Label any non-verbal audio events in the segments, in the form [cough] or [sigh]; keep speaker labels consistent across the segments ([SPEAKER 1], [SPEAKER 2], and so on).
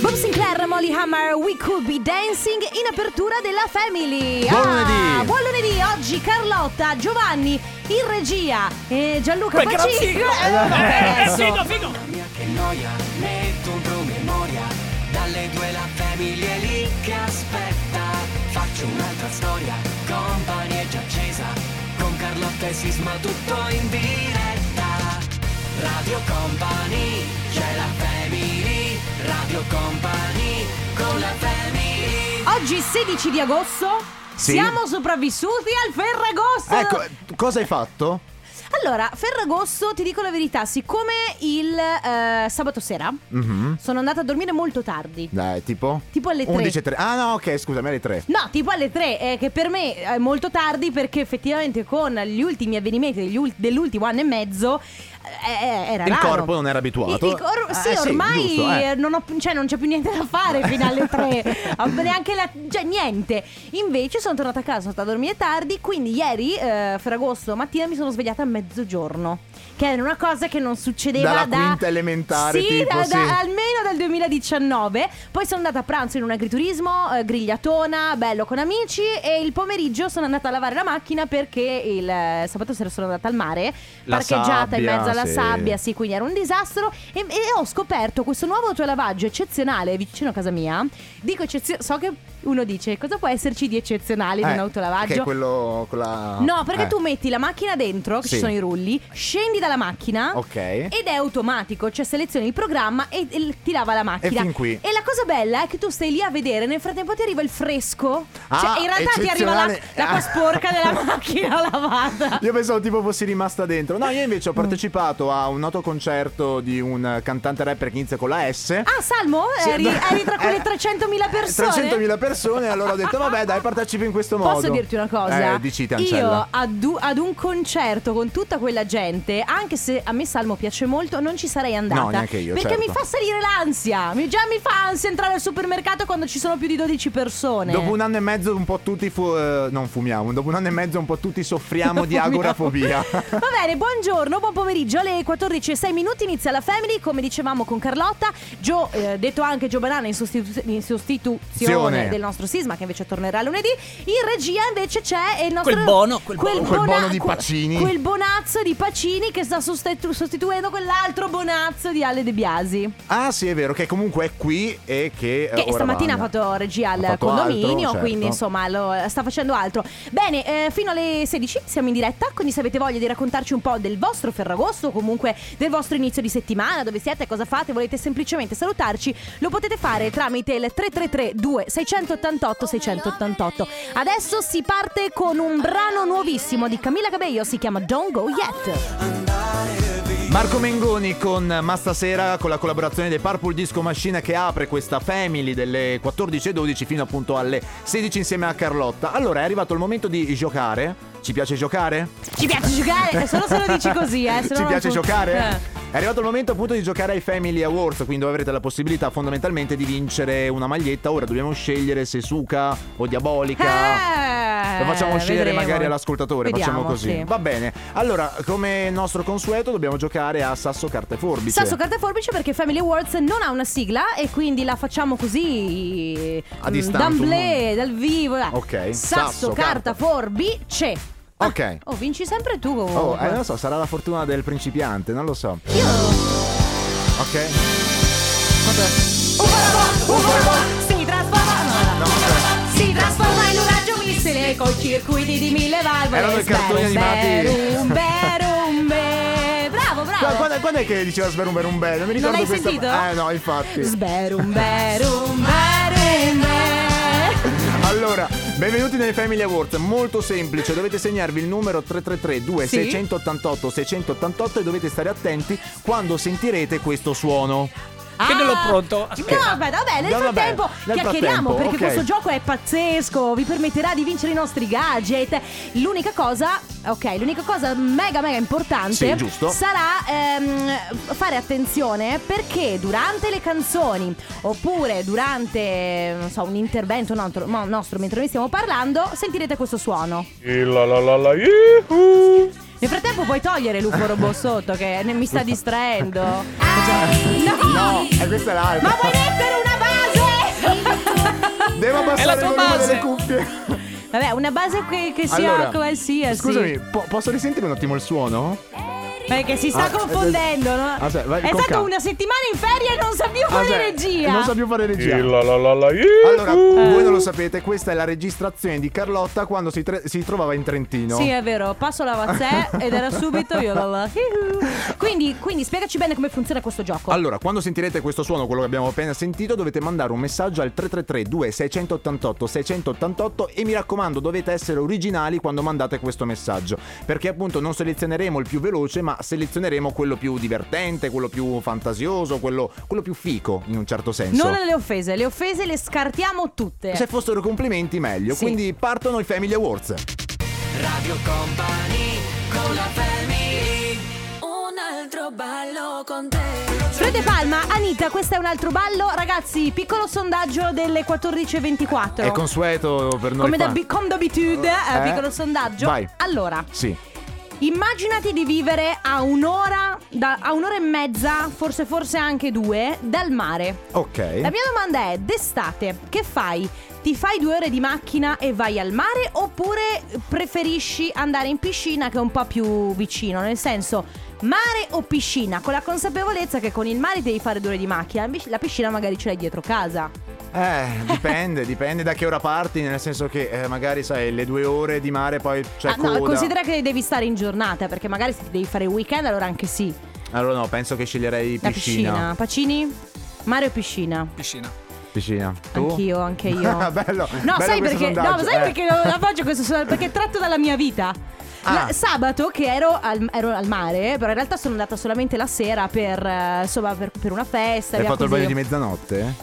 [SPEAKER 1] Bob Sinclair, Molly Hammer, We Could Be Dancing in apertura della Family.
[SPEAKER 2] Buon
[SPEAKER 1] Ah,
[SPEAKER 2] lunedì.
[SPEAKER 1] buon lunedì, oggi Carlotta, Giovanni in regia e Gianluca
[SPEAKER 3] Perché era un
[SPEAKER 1] Pacini.
[SPEAKER 3] siglo.
[SPEAKER 1] Eh, vabbè,
[SPEAKER 3] Eh,
[SPEAKER 1] adesso.
[SPEAKER 3] figo, figo!
[SPEAKER 4] mia che noia, metto un promemoria, dalle due la famiglia è lì che aspetta, faccio un'altra storia, compagnia è già accesa, con Carlotta e Sisma tutto in diretta, Radio Company, c'è la family, Radio Company, con la family.
[SPEAKER 1] Oggi 16 di agosto
[SPEAKER 2] Sì.
[SPEAKER 1] siamo sopravvissuti al Ferragosto.
[SPEAKER 2] Ecco, eh, cosa hai fatto?
[SPEAKER 1] Allora, Ferragosto, ti dico la verità, siccome il eh, sabato sera
[SPEAKER 2] Mhm.
[SPEAKER 1] sono andata a dormire molto tardi.
[SPEAKER 2] Dai, tipo?
[SPEAKER 1] Tipo alle tre.
[SPEAKER 2] 11 e 3. Ah, no, ok, scusami, alle 3.
[SPEAKER 1] No, tipo alle 3, eh, che per me è molto tardi perché effettivamente con gli ultimi avvenimenti degli ul- dell'ultimo anno e mezzo eh, eh, era
[SPEAKER 2] Il
[SPEAKER 1] raro.
[SPEAKER 2] corpo non era abituato.
[SPEAKER 1] Il- il cor-
[SPEAKER 2] Eh,
[SPEAKER 1] sì,
[SPEAKER 2] sì,
[SPEAKER 1] ormai
[SPEAKER 2] giusto, eh.
[SPEAKER 1] eh, non ho- cioè, non c'è più niente da fare fino alle
[SPEAKER 2] [laughs]
[SPEAKER 1] 3. Neanche la, cioè, niente. Invece sono tornata a casa, sono stata a dormire tardi, quindi ieri, eh, Ferragosto mattina, mi sono svegliata a mezzogiorno. Che era una cosa che non succedeva
[SPEAKER 2] Dalla
[SPEAKER 1] da...
[SPEAKER 2] quinta elementare,
[SPEAKER 1] Sì,
[SPEAKER 2] tipo,
[SPEAKER 1] da-
[SPEAKER 2] sì.
[SPEAKER 1] da- almeno dal 2019. Poi sono andata a pranzo in un agriturismo, eh, grigliatona, bello con amici. E il pomeriggio sono andata a lavare la macchina perché il eh, sabato sera sono andata al mare,
[SPEAKER 2] La
[SPEAKER 1] parcheggiata
[SPEAKER 2] sabbia,
[SPEAKER 1] in mezzo alla
[SPEAKER 2] sì.
[SPEAKER 1] sabbia, sì, quindi era un disastro. E, e ho scoperto questo nuovo autolavaggio eccezionale vicino a casa mia. Dico eccezionale, so che uno dice cosa può esserci di eccezionale in
[SPEAKER 2] Eh,
[SPEAKER 1] un autolavaggio.
[SPEAKER 2] Che è quello con la...
[SPEAKER 1] No, perché
[SPEAKER 2] eh.
[SPEAKER 1] tu metti la macchina dentro, che
[SPEAKER 2] Sì.
[SPEAKER 1] ci sono i rulli, scendi dalla macchina
[SPEAKER 2] Ok.
[SPEAKER 1] ed è automatico, cioè selezioni il programma e, e ti lava la macchina.
[SPEAKER 2] E fin qui.
[SPEAKER 1] E la cosa bella è che tu stai lì a vedere, nel frattempo ti arriva il fresco. cioè,
[SPEAKER 2] Ah,
[SPEAKER 1] in realtà ti arriva la,
[SPEAKER 2] eccezionale. Ah.
[SPEAKER 1] l'acqua sporca della [laughs] macchina lavata.
[SPEAKER 2] Io pensavo tipo fossi rimasta dentro. No, io
[SPEAKER 1] Mm.
[SPEAKER 2] invece ho partecipato a un noto concerto di un cantante rapper che inizia con la S.
[SPEAKER 1] Ah, Salmo,
[SPEAKER 2] Sì,
[SPEAKER 1] eri,
[SPEAKER 2] no,
[SPEAKER 1] eri tra quelle
[SPEAKER 2] eh,
[SPEAKER 1] 300.000 persone.
[SPEAKER 2] 300.000 persone, allora ho detto vabbè, dai, partecipi in questo modo.
[SPEAKER 1] Posso dirti una cosa?
[SPEAKER 2] Eh, dici te,
[SPEAKER 1] Io
[SPEAKER 2] Ancella.
[SPEAKER 1] ad, u- ad un concerto con tutta quella gente, anche se a me Salmo piace molto, non ci sarei andata.
[SPEAKER 2] No, neanche io,
[SPEAKER 1] Perché
[SPEAKER 2] certo.
[SPEAKER 1] mi fa salire l'ansia. Mi- già mi fa ansia entrare al supermercato quando ci sono più di 12 persone.
[SPEAKER 2] Dopo un anno e mezzo un po' tutti fu- eh, non fumiamo, dopo un anno e mezzo un po' tutti soffriamo di
[SPEAKER 1] Fumiamo.
[SPEAKER 2] agorafobia.
[SPEAKER 1] [laughs] Va bene, buongiorno, buon pomeriggio. Alle 14.06 minuti inizia la Family, come dicevamo con Carlotta, Gio, eh, detto anche Gio Banana in, sostitu- in sostituzione
[SPEAKER 2] Zione.
[SPEAKER 1] del nostro Sisma che invece tornerà lunedì. In regia invece c'è il nostro
[SPEAKER 3] Quel bono, quel bono.
[SPEAKER 2] Quel
[SPEAKER 1] bona-
[SPEAKER 2] bono di Pacini.
[SPEAKER 1] Quel bonazzo di Pacini che sta sostitu- sostituendo quell'altro bonazzo di Ale De Biasi.
[SPEAKER 2] ah, sì, è vero che comunque è qui e che eh,
[SPEAKER 1] Che
[SPEAKER 2] ora
[SPEAKER 1] stamattina ha
[SPEAKER 2] va.
[SPEAKER 1] fatto regia al
[SPEAKER 2] Ha fatto
[SPEAKER 1] condominio,
[SPEAKER 2] altro, certo.
[SPEAKER 1] quindi insomma lo- sta facendo altro. Bene, eh, fino alle 16 siamo in diretta, quindi se avete voglia di raccontarci un po' del vostro Ferragosto, comunque del vostro inizio di settimana, dove siete, cosa fate, volete semplicemente salutarci, lo potete fare tramite il 333 2688 688. Adesso si parte con un brano nuovissimo di Camilla Cabello, si chiama Don't Go Yet.
[SPEAKER 2] Marco Mengoni con Masta Sera con la collaborazione dei Purple Disco Machine che apre questa family delle 14.12 fino appunto alle 16 insieme a Carlotta. Allora è arrivato il momento di giocare. Ci piace giocare?
[SPEAKER 1] Ci piace giocare, eh, solo se lo dici così,
[SPEAKER 2] [laughs]
[SPEAKER 1] eh. se no
[SPEAKER 2] Ci
[SPEAKER 1] non
[SPEAKER 2] piace
[SPEAKER 1] fu-
[SPEAKER 2] giocare?
[SPEAKER 1] Eh.
[SPEAKER 2] È arrivato il momento appunto di giocare ai Family Awards, quindi dove avrete la possibilità fondamentalmente di vincere una maglietta. Ora dobbiamo scegliere se Suka o Diabolica.
[SPEAKER 1] Eh,
[SPEAKER 2] Lo facciamo scegliere
[SPEAKER 1] vedremo.
[SPEAKER 2] magari all'ascoltatore,
[SPEAKER 1] Vediamo,
[SPEAKER 2] facciamo così. Boh,
[SPEAKER 1] sì.
[SPEAKER 2] Va bene. Allora, come nostro consueto, dobbiamo giocare a Sasso Carte Forbice.
[SPEAKER 1] Sasso carta e forbice perché Family Awards non ha una sigla e quindi la facciamo così
[SPEAKER 2] A
[SPEAKER 1] mm,
[SPEAKER 2] distanza,
[SPEAKER 1] d'amblè, dal vivo. eh.
[SPEAKER 2] Ok,
[SPEAKER 1] Sasso,
[SPEAKER 2] sasso,
[SPEAKER 1] carta,
[SPEAKER 2] carta.
[SPEAKER 1] forbice.
[SPEAKER 2] Ok.
[SPEAKER 1] Oh, vinci sempre tu comunque.
[SPEAKER 2] Oh, eh, non lo so, sarà la fortuna del principiante, non lo so.
[SPEAKER 1] Io
[SPEAKER 2] Ok?
[SPEAKER 1] Un robot si trasforma no, no. Si trasforma in un raggio missile con circuiti di mille valvole.
[SPEAKER 2] Erano i
[SPEAKER 1] Sberum,
[SPEAKER 2] cartoni animati.
[SPEAKER 1] berum, berum, be- Bravo,
[SPEAKER 2] Qua-
[SPEAKER 1] bravo.
[SPEAKER 2] Quando, quando è che diceva Sberum Berum Bell? Non mi ricordo
[SPEAKER 1] l'hai
[SPEAKER 2] questa-
[SPEAKER 1] sentito?
[SPEAKER 2] Eh no, infatti.
[SPEAKER 1] Sberum, berum, berum, be-
[SPEAKER 2] Allora, benvenuti nei Family Awards, molto semplice, dovete segnarvi il numero 333 2688 688 e dovete stare attenti quando sentirete questo suono.
[SPEAKER 3] Che non l'ho pronto,
[SPEAKER 1] Ah! No,
[SPEAKER 3] aspetta.
[SPEAKER 1] aspetta, vabbè, nel
[SPEAKER 2] No, vabbè,
[SPEAKER 1] frattempo
[SPEAKER 2] nel
[SPEAKER 1] chiacchieriamo
[SPEAKER 2] frattempo,
[SPEAKER 1] perché
[SPEAKER 2] ok.
[SPEAKER 1] questo gioco è pazzesco, vi permetterà di vincere i nostri gadget. L'unica cosa, ok, l'unica cosa mega mega importante
[SPEAKER 2] Sì, giusto.
[SPEAKER 1] sarà ehm, fare attenzione perché durante le canzoni oppure durante non so, un intervento nostro, no, nostro mentre noi stiamo parlando sentirete questo suono. Nel frattempo puoi togliere l'ufo robot sotto che ne- mi sta distraendo.
[SPEAKER 2] No, e Eh, questa è l'altra.
[SPEAKER 1] Ma vuoi mettere una
[SPEAKER 2] Devo abbassare
[SPEAKER 3] la tua
[SPEAKER 2] il volume
[SPEAKER 3] base.
[SPEAKER 2] delle cuffie.
[SPEAKER 1] Vabbè, una base che, che sia
[SPEAKER 2] Allora,
[SPEAKER 1] qualsiasi.
[SPEAKER 2] Scusami, po- posso risentire un attimo il suono?
[SPEAKER 1] Perché Eh, si sta
[SPEAKER 2] Ah,
[SPEAKER 1] confondendo, no?
[SPEAKER 2] ah, sì, vai,
[SPEAKER 1] è
[SPEAKER 2] con
[SPEAKER 1] stato
[SPEAKER 2] calma.
[SPEAKER 1] una settimana in ferie e non sa più
[SPEAKER 2] Ah,
[SPEAKER 1] fare
[SPEAKER 2] cioè,
[SPEAKER 1] regia. Eh.
[SPEAKER 2] Non so più fare regia. Allora, voi non lo sapete, questa è la registrazione di Carlotta quando si, tre- si trovava in Trentino.
[SPEAKER 1] Sì, eh. è vero, passo
[SPEAKER 2] [laughs]
[SPEAKER 1] la vazzè ed era subito io la la. Quindi, quindi spiegaci bene come funziona questo gioco.
[SPEAKER 2] Allora, quando sentirete questo suono, quello che abbiamo appena sentito, dovete mandare un messaggio al 333-2688-688 e mi raccomando, dovete essere originali quando mandate questo messaggio, perché appunto non selezioneremo il più veloce, ma selezioneremo quello più divertente, quello più fantasioso, quello, quello più fico, in un certo senso.
[SPEAKER 1] non le offese, le offese le scartiamo tutte.
[SPEAKER 2] Se fossero complimenti meglio,
[SPEAKER 1] Sì. Certo.
[SPEAKER 2] quindi partono i Family Awards.
[SPEAKER 4] Radio Company con la family
[SPEAKER 5] Un altro ballo con te.
[SPEAKER 1] Fred De Palma, Anita, questo è un altro ballo. Ragazzi, piccolo sondaggio delle 14.24.
[SPEAKER 2] È consueto per noi.
[SPEAKER 1] Come da,
[SPEAKER 2] qua.
[SPEAKER 1] come d'abitudine, eh,
[SPEAKER 2] Eh?
[SPEAKER 1] piccolo sondaggio.
[SPEAKER 2] Vai.
[SPEAKER 1] Allora,
[SPEAKER 2] Sì.
[SPEAKER 1] immaginati di vivere a un'ora, da- a un'ora e mezza, forse forse anche due, dal mare.
[SPEAKER 2] Ok.
[SPEAKER 1] La mia domanda è, d'estate, che fai? Ti fai due ore di macchina e vai al mare oppure preferisci andare in piscina che è un po' più vicino? Nel senso, mare o piscina? Con la consapevolezza che con il mare devi fare due ore di macchina, la pisc- la piscina magari ce l'hai dietro casa.
[SPEAKER 2] Eh, dipende, dipende da che ora parti, nel senso che eh, magari sai le due ore di mare poi c'è
[SPEAKER 1] Ah, no,
[SPEAKER 2] coda.
[SPEAKER 1] considera che devi stare in giornata perché magari se devi fare il weekend allora anche sì.
[SPEAKER 2] Allora no, penso che sceglierei
[SPEAKER 1] La
[SPEAKER 2] piscina.
[SPEAKER 1] piscina. Pacini? Mare o piscina?
[SPEAKER 3] Piscina.
[SPEAKER 2] Piscina. Tu?
[SPEAKER 1] Anch'io,
[SPEAKER 2] [laughs]
[SPEAKER 1] anche io.
[SPEAKER 2] Ah, bello.
[SPEAKER 1] No,
[SPEAKER 2] bello
[SPEAKER 1] sai
[SPEAKER 2] questo
[SPEAKER 1] perché? No,
[SPEAKER 2] sondaggio,
[SPEAKER 1] sai
[SPEAKER 2] eh.
[SPEAKER 1] perché lo- la faccio questo sondaggio? Perché è tratto dalla mia vita. La-
[SPEAKER 2] Ah.
[SPEAKER 1] sabato che ero al, ero al mare, però in realtà sono andata solamente la sera per, eh, insomma, per, per una festa.
[SPEAKER 2] Hai
[SPEAKER 1] via
[SPEAKER 2] fatto il
[SPEAKER 1] così.
[SPEAKER 2] bagno di mezzanotte?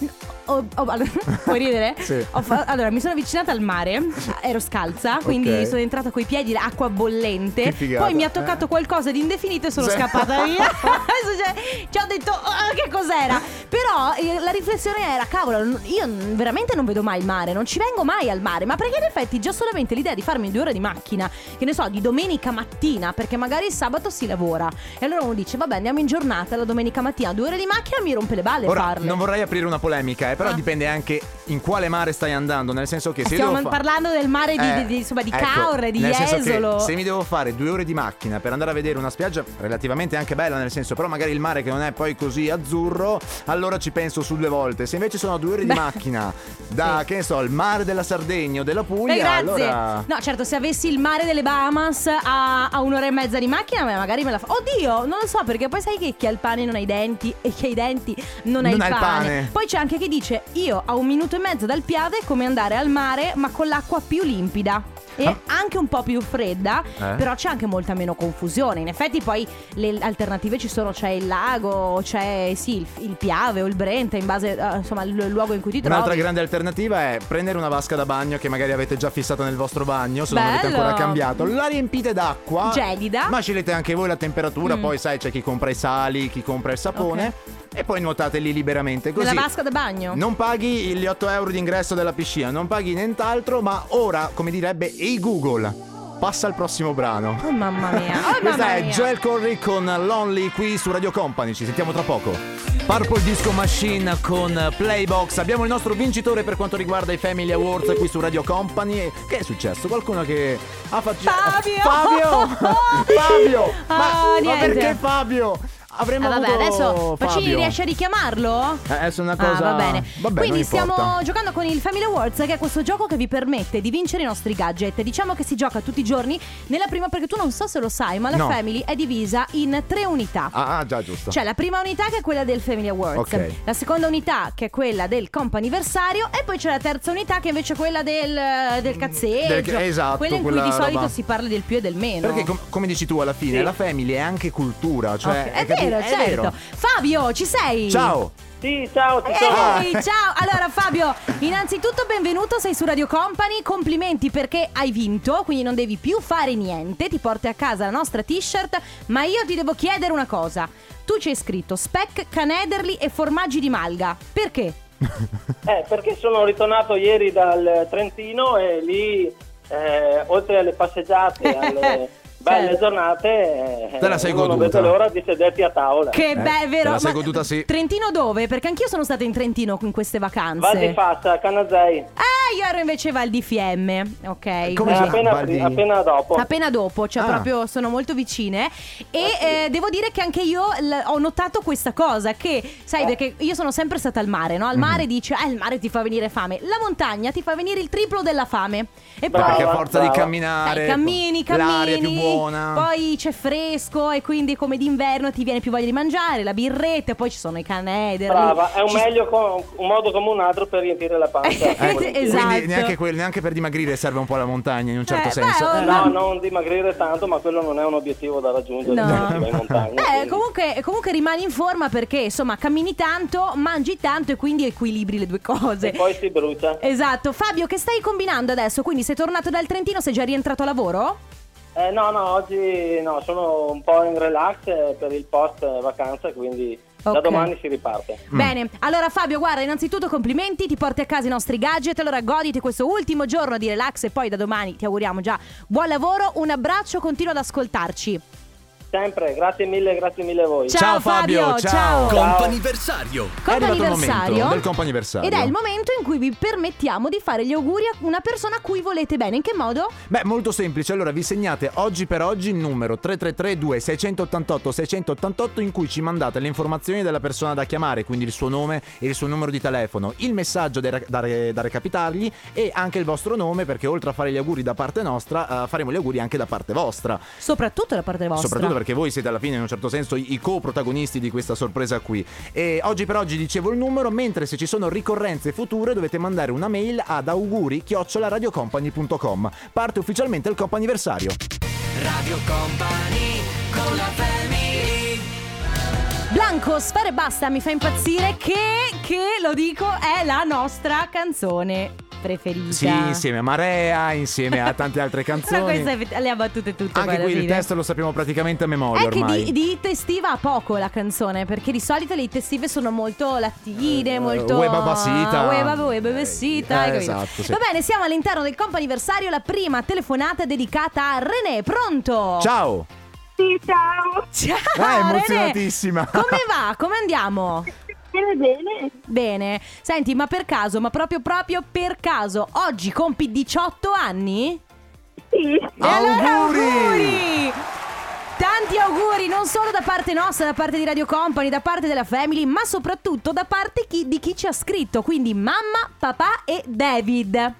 [SPEAKER 1] Ho- ho-
[SPEAKER 2] [laughs]
[SPEAKER 1] allora, puoi ridere?
[SPEAKER 2] Sì.
[SPEAKER 1] Ho fa- allora, mi sono avvicinata al mare, ero scalza, quindi
[SPEAKER 2] Ok.
[SPEAKER 1] sono entrata coi piedi, acqua
[SPEAKER 2] Che
[SPEAKER 1] bollente.
[SPEAKER 2] figata,
[SPEAKER 1] Poi mi ha toccato
[SPEAKER 2] eh.
[SPEAKER 1] qualcosa di indefinito e sono
[SPEAKER 2] Sì.
[SPEAKER 1] scappata
[SPEAKER 2] [laughs]
[SPEAKER 1] via. [laughs] Cioè, ci ho detto, "Ah, che cos'era? Però eh, la riflessione era, cavolo, n- io n- veramente non vedo mai il mare, non ci vengo mai al mare. Ma perché in effetti già solamente l'idea di farmi due ore di macchina, che ne so, di domenica mattina, perché magari il sabato si lavora. E allora uno dice, vabbè, andiamo in giornata la domenica mattina, due ore di macchina mi rompe le balle
[SPEAKER 2] Ora,
[SPEAKER 1] farle. Ah.
[SPEAKER 2] non vorrei aprire una polemica, eh, però dipende anche in quale mare stai andando, nel senso che se io
[SPEAKER 1] Stiamo
[SPEAKER 2] devo fa-
[SPEAKER 1] parlando del mare di,
[SPEAKER 2] Eh,
[SPEAKER 1] di- di- insomma, di
[SPEAKER 2] ecco,
[SPEAKER 1] Caorre, di
[SPEAKER 2] nel senso che
[SPEAKER 1] Jesolo.
[SPEAKER 2] Se mi devo fare due ore di macchina per andare a vedere una spiaggia relativamente anche bella, nel senso, però magari il mare che non è poi così azzurro, allora ci penso su due volte. Se invece sono due ore
[SPEAKER 1] [laughs] Beh.
[SPEAKER 2] di macchina da che ne so, il mare della Sardegna o della
[SPEAKER 1] Beh,
[SPEAKER 2] Puglia,
[SPEAKER 1] Eh, grazie.
[SPEAKER 2] allora.
[SPEAKER 1] No, certo, se avessi il mare delle Bahamas a, a un'ora e mezza di macchina, beh, magari me la fa. Oddio, non lo so, perché poi sai che chi ha il pane non ha i denti e chi ha i denti non, ha il
[SPEAKER 2] Non ha
[SPEAKER 1] pane.
[SPEAKER 2] il pane.
[SPEAKER 1] Poi c'è anche chi dice: Io a un minuto e mezzo dal Piave è come andare al mare, ma con l'acqua più limpida. E
[SPEAKER 2] Ah.
[SPEAKER 1] anche un po' più fredda,
[SPEAKER 2] Eh?
[SPEAKER 1] però c'è anche molta meno confusione. In effetti, poi le alternative ci sono: c'è il lago, c'è sì, il, il Piave o il Brenta, in base eh, insomma al al luogo in cui ti trovi.
[SPEAKER 2] Un'altra grande alternativa è prendere una vasca da bagno che magari avete già fissato nel vostro bagno, se non
[SPEAKER 1] Bello.
[SPEAKER 2] avete ancora cambiato, la riempite d'acqua.
[SPEAKER 1] Gelida.
[SPEAKER 2] Ma scegliete anche voi la temperatura,
[SPEAKER 1] Mm.
[SPEAKER 2] poi sai c'è chi compra i sali, chi compra il sapone e poi nuotate lì liberamente così.
[SPEAKER 1] Nella vasca da bagno?
[SPEAKER 2] Non paghi gli 8 euro di ingresso della piscina, non paghi nient'altro, ma ora, come direbbe Ehi Google, passa al prossimo brano.
[SPEAKER 1] Oh mamma mia. Oh,
[SPEAKER 2] [laughs] Questa
[SPEAKER 1] mamma
[SPEAKER 2] è
[SPEAKER 1] mia.
[SPEAKER 2] Joel Corry con Lonely qui su Radio Company, ci sentiamo tra poco. Purple Disco Machine con Playbox, abbiamo il nostro vincitore per quanto riguarda i Family Awards qui su Radio Company. E Che è successo? Qualcuno che ha fatto...
[SPEAKER 1] Fabio!
[SPEAKER 2] Fabio!
[SPEAKER 1] [laughs]
[SPEAKER 2] Fabio!
[SPEAKER 1] Ah,
[SPEAKER 2] Ma, ma
[SPEAKER 1] niente.
[SPEAKER 2] perché Fabio? Avremmo
[SPEAKER 1] Eh, vabbè,
[SPEAKER 2] avuto
[SPEAKER 1] adesso Pacini
[SPEAKER 2] Fabio.
[SPEAKER 1] riesce a richiamarlo?
[SPEAKER 2] Eh, Adesso è una cosa...
[SPEAKER 1] Ah, va bene.
[SPEAKER 2] Vabbè,
[SPEAKER 1] Quindi
[SPEAKER 2] non
[SPEAKER 1] stiamo
[SPEAKER 2] importa.
[SPEAKER 1] giocando con il Family Awards, che è questo gioco che vi permette di vincere i nostri gadget. Diciamo che si gioca tutti i giorni. Nella prima, perché tu non so se lo sai, ma la
[SPEAKER 2] No.
[SPEAKER 1] Family è divisa in tre unità.
[SPEAKER 2] Ah, ah, già giusto.
[SPEAKER 1] C'è la prima unità che è quella del Family Awards,
[SPEAKER 2] Ok.
[SPEAKER 1] la seconda unità che è quella del comp'anniversario e poi c'è la terza unità che è invece è quella del, del cazzeggio.
[SPEAKER 2] Del- esatto,
[SPEAKER 1] quella in
[SPEAKER 2] quella
[SPEAKER 1] cui di solito
[SPEAKER 2] roba.
[SPEAKER 1] si parla del più e del meno.
[SPEAKER 2] Perché com- come dici tu alla fine, la family è anche cultura, cioè
[SPEAKER 1] Ok, È
[SPEAKER 2] hai capito?
[SPEAKER 1] vero, certo. Fabio, ci sei?
[SPEAKER 2] Ciao.
[SPEAKER 6] Sì, ciao, tutto
[SPEAKER 1] Ehi,
[SPEAKER 2] Ah.
[SPEAKER 1] ciao! Allora Fabio, innanzitutto benvenuto, sei su Radio Company, complimenti perché hai vinto, quindi non devi più fare niente, ti porti a casa la nostra t-shirt, ma io ti devo chiedere una cosa. Tu ci hai scritto spec, canederli e formaggi di malga. Perché?
[SPEAKER 6] Eh, perché sono ritornato
[SPEAKER 1] [laughs]
[SPEAKER 6] ieri dal Trentino e lì, eh, oltre alle passeggiate, alle, Belle
[SPEAKER 1] Certo.
[SPEAKER 6] giornate. eh,
[SPEAKER 2] Te la sei
[SPEAKER 6] uno Non
[SPEAKER 2] goduta.
[SPEAKER 6] vedo l'ora di sederti a tavola.
[SPEAKER 1] Che beh, è vero.
[SPEAKER 2] Eh, te la sei
[SPEAKER 1] ma-
[SPEAKER 2] goduta, sì.
[SPEAKER 1] Trentino dove? Perché anch'io sono stata in Trentino in queste vacanze.
[SPEAKER 6] Vado di faccia, Canazei.
[SPEAKER 1] Eh, io ero invece Val di Fiemme, ok?
[SPEAKER 2] Come
[SPEAKER 1] Così.
[SPEAKER 6] Eh,
[SPEAKER 2] si-
[SPEAKER 6] appena,
[SPEAKER 2] Guardi-
[SPEAKER 6] pri- appena dopo. Ah,
[SPEAKER 1] Appena dopo, cioè
[SPEAKER 2] Ah.
[SPEAKER 1] proprio sono molto vicine e eh, devo dire che anche io l- ho notato questa cosa che,
[SPEAKER 6] Eh.
[SPEAKER 1] sai, perché io sono sempre stata al mare, no? Al
[SPEAKER 6] Mhm.
[SPEAKER 1] mare dice, eh, il mare ti fa venire fame, la montagna ti fa venire il triplo della fame. E
[SPEAKER 6] Brava,
[SPEAKER 2] Perché a
[SPEAKER 1] poi...
[SPEAKER 2] forza di
[SPEAKER 6] brava.
[SPEAKER 2] camminare,
[SPEAKER 1] Dai, cammini, cammini,
[SPEAKER 2] l'aria è più buona.
[SPEAKER 1] poi c'è fresco e quindi come d'inverno ti viene più voglia di mangiare, la birretta, poi ci sono i canederli.
[SPEAKER 6] Brava, è un,
[SPEAKER 1] Ci-
[SPEAKER 6] meglio co- un modo come un altro per
[SPEAKER 1] [laughs]
[SPEAKER 6] riempire la pancia.
[SPEAKER 1] Eh,
[SPEAKER 6] volentieri.
[SPEAKER 1] esatto.
[SPEAKER 2] Quindi neanche, quel- neanche per dimagrire serve un po' la montagna in un certo
[SPEAKER 1] Eh, beh,
[SPEAKER 2] senso.
[SPEAKER 1] oh,
[SPEAKER 6] Eh, No, non dimagrire tanto, ma quello non è un obiettivo da raggiungere.
[SPEAKER 1] No.
[SPEAKER 6] quando si va in montagna,
[SPEAKER 1] Eh,
[SPEAKER 6] quindi.
[SPEAKER 1] comunque, comunque rimani in forma perché insomma cammini tanto, mangi tanto e quindi equilibri le due
[SPEAKER 6] E
[SPEAKER 1] cose.
[SPEAKER 6] poi si brucia.
[SPEAKER 1] Esatto, Fabio, che stai combinando adesso? Quindi sei tornato dal Trentino, sei già rientrato a lavoro?
[SPEAKER 6] Eh, no, no, oggi no, sono un po' in relax eh, per il post eh, vacanza, quindi da
[SPEAKER 1] Ok.
[SPEAKER 6] domani si riparte.
[SPEAKER 2] Mm.
[SPEAKER 1] Bene, allora Fabio, guarda, innanzitutto complimenti, ti porti a casa i nostri gadget, allora goditi questo ultimo giorno di relax e poi da domani ti auguriamo già buon lavoro, un abbraccio, continua ad ascoltarci.
[SPEAKER 6] Sempre, grazie mille, grazie mille a voi.
[SPEAKER 1] Ciao,
[SPEAKER 2] Ciao, Fabio, ciao.
[SPEAKER 1] ciao.
[SPEAKER 4] Comp'anniversario
[SPEAKER 2] È arrivato il
[SPEAKER 1] Comp'anniversario.
[SPEAKER 2] momento del comp'anniversario.
[SPEAKER 1] Ed è il momento in cui vi permettiamo di fare gli auguri a una persona a cui volete bene. In che modo?
[SPEAKER 2] Beh, molto semplice. Allora vi segnate oggi per oggi il numero 3332 688 688 in cui ci mandate le informazioni della persona da chiamare, quindi il suo nome e il suo numero di telefono, il messaggio da, da re- da recapitargli e anche il vostro nome perché oltre a fare gli auguri da parte nostra eh, faremo gli auguri anche da parte vostra.
[SPEAKER 1] Soprattutto da parte vostra.
[SPEAKER 2] Soprattutto perché voi siete alla fine in un certo senso i i co-protagonisti di questa sorpresa qui. E oggi per oggi dicevo il numero, mentre se ci sono ricorrenze future dovete mandare una mail ad auguri-radiocompany.com. Parte ufficialmente il comp'anniversario.
[SPEAKER 4] Radio Company con la family
[SPEAKER 1] Blanco, sfere e basta, mi fa impazzire che, che, lo dico, è la nostra canzone preferita.
[SPEAKER 2] Sì, insieme a Marea, insieme a tante altre
[SPEAKER 1] Però
[SPEAKER 2] canzoni.
[SPEAKER 1] questa è- le ha battute tutte poi
[SPEAKER 2] Anche
[SPEAKER 1] alla
[SPEAKER 2] qui il
[SPEAKER 1] fine.
[SPEAKER 2] testo lo sappiamo praticamente a memoria
[SPEAKER 1] È che
[SPEAKER 2] ormai.
[SPEAKER 1] di, di hit estiva ha poco la canzone, perché di solito le hit estive sono molto lattine,
[SPEAKER 2] Eh,
[SPEAKER 1] molto...
[SPEAKER 2] ueba basita.
[SPEAKER 1] Ueba, ueba basita, hai
[SPEAKER 2] Eh,
[SPEAKER 1] capito?
[SPEAKER 2] esatto, sì.
[SPEAKER 1] Va bene, siamo all'interno del comp anniversario, la prima telefonata è dedicata a René, pronto?
[SPEAKER 2] Ciao!
[SPEAKER 7] Sì, ciao.
[SPEAKER 1] Ciao,
[SPEAKER 2] Ah, è
[SPEAKER 1] René.
[SPEAKER 2] emozionatissima.
[SPEAKER 1] Come va? Come andiamo?
[SPEAKER 7] Bene, bene.
[SPEAKER 1] Bene, senti, ma per caso, ma proprio proprio per caso, oggi compi 18 anni?
[SPEAKER 7] Sì.
[SPEAKER 1] E allora
[SPEAKER 2] Auguri!
[SPEAKER 1] auguri! Tanti auguri non solo da parte nostra, da parte di Radio Company, da parte della Family, ma soprattutto da parte chi- di chi ci ha scritto, quindi mamma, papà e David.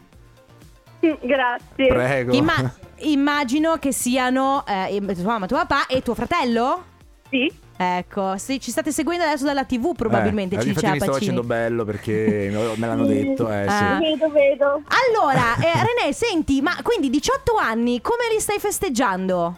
[SPEAKER 7] Mm, Grazie.
[SPEAKER 2] Prego. [laughs]
[SPEAKER 1] Imma- immagino che siano eh, im- tua mamma, tuo papà e tuo fratello?
[SPEAKER 7] Sì.
[SPEAKER 1] Ecco, se ci state seguendo adesso dalla TV probabilmente
[SPEAKER 2] Eh,
[SPEAKER 1] ci dice
[SPEAKER 2] infatti
[SPEAKER 1] "Ah,
[SPEAKER 2] mi stavo
[SPEAKER 1] Pacini.
[SPEAKER 2] facendo bello perché me me l'hanno detto, eh sì.
[SPEAKER 1] Ah.
[SPEAKER 7] Vedo, vedo.
[SPEAKER 2] [laughs]
[SPEAKER 1] Allora, eh, René, senti, ma quindi 18 anni, come li stai festeggiando?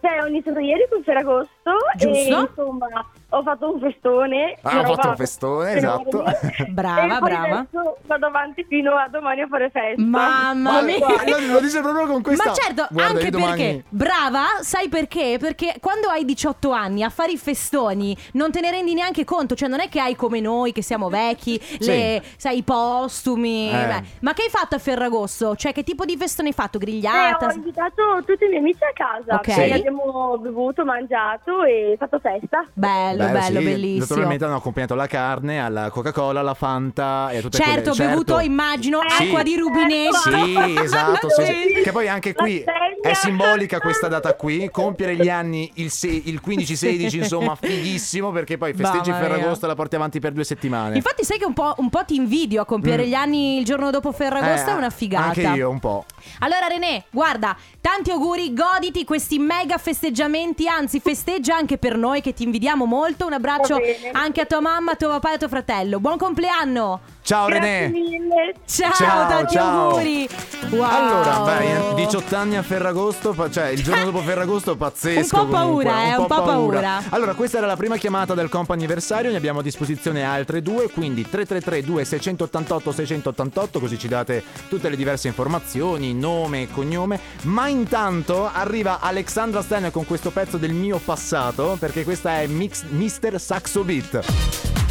[SPEAKER 7] Cioè, ho iniziato ieri con Ferragosto e
[SPEAKER 1] Giusto.
[SPEAKER 7] insomma ho fatto un festone.
[SPEAKER 2] Ah, ho
[SPEAKER 7] una
[SPEAKER 2] fatto
[SPEAKER 7] roba
[SPEAKER 2] un festone,
[SPEAKER 7] enorme.
[SPEAKER 2] esatto.
[SPEAKER 1] [laughs] Brava,
[SPEAKER 7] e poi
[SPEAKER 1] brava.
[SPEAKER 7] adesso vado avanti fino a domani a fare festa.
[SPEAKER 1] Ah, Mamma
[SPEAKER 2] Ma-
[SPEAKER 1] mia!
[SPEAKER 2] lo, lo dice proprio con questa
[SPEAKER 1] Ma certo,
[SPEAKER 2] Guarda, io
[SPEAKER 1] anche
[SPEAKER 2] domani-
[SPEAKER 1] perché, brava, sai perché? Perché quando hai 18 anni a fare i festoni non te ne rendi neanche conto, cioè non è che hai come noi che siamo vecchi, le- sai, i postumi,
[SPEAKER 2] Eh.
[SPEAKER 1] beh. ma che hai fatto a Ferragosto? Cioè che tipo di festone hai fatto?
[SPEAKER 7] Eh,
[SPEAKER 1] Grigliata?
[SPEAKER 7] ho invitato tutti i miei amici a casa.
[SPEAKER 1] Ok.
[SPEAKER 7] Quindi abbiamo bevuto, mangiato e fatto festa.
[SPEAKER 1] Bello,
[SPEAKER 2] Beh,
[SPEAKER 1] bello,
[SPEAKER 2] sì,
[SPEAKER 1] bellissimo.
[SPEAKER 2] Naturalmente hanno accompagnato la carne, alla Coca-Cola, alla Fanta e a tutte
[SPEAKER 1] Certo, ho
[SPEAKER 2] quelle...
[SPEAKER 1] bevuto, immagino,
[SPEAKER 2] Sì.
[SPEAKER 1] acqua di rubinetto. [laughs]
[SPEAKER 2] Sì, esatto. sì, sì. Che poi anche
[SPEAKER 7] La
[SPEAKER 2] qui
[SPEAKER 7] sveglia.
[SPEAKER 2] è simbolica questa data qui. Compiere gli anni il, se- il 15-16,
[SPEAKER 1] [laughs]
[SPEAKER 2] insomma, fighissimo, perché poi festeggi
[SPEAKER 1] Mamma mia.
[SPEAKER 2] Ferragosto e la porti avanti per due settimane.
[SPEAKER 1] Infatti sai che un po', un po' ti invidio a compiere
[SPEAKER 2] Mm.
[SPEAKER 1] gli anni il giorno dopo Ferragosto,
[SPEAKER 2] Eh,
[SPEAKER 1] è una figata.
[SPEAKER 2] Anche io un po'.
[SPEAKER 1] Allora René, guarda, tanti auguri, goditi questi mega festeggiamenti, anzi festeggia anche per noi che ti invidiamo molto. Un abbraccio
[SPEAKER 7] Va bene.
[SPEAKER 1] anche a tua mamma, a tuo papà e a tuo fratello. Buon compleanno!
[SPEAKER 2] Ciao
[SPEAKER 7] Grazie
[SPEAKER 2] René.
[SPEAKER 7] mille.
[SPEAKER 1] Ciao,
[SPEAKER 2] Ciao,
[SPEAKER 1] tanti
[SPEAKER 2] ciao.
[SPEAKER 1] auguri! Wow.
[SPEAKER 2] Allora, eh, beh, 18 anni a Ferragosto, fa- cioè il giorno
[SPEAKER 1] [laughs]
[SPEAKER 2] dopo Ferragosto pazzesco.
[SPEAKER 1] Un po'
[SPEAKER 2] comunque,
[SPEAKER 1] paura, eh, un po' paura.
[SPEAKER 2] Allora, questa era la prima chiamata del comp anniversario, ne abbiamo a disposizione altre due, quindi 333 2688 688, così ci date tutte le diverse informazioni, nome e cognome. Ma intanto arriva Alexandra Stein con questo pezzo del mio passato, perché questa è Mix- Mr. Saxo Beat.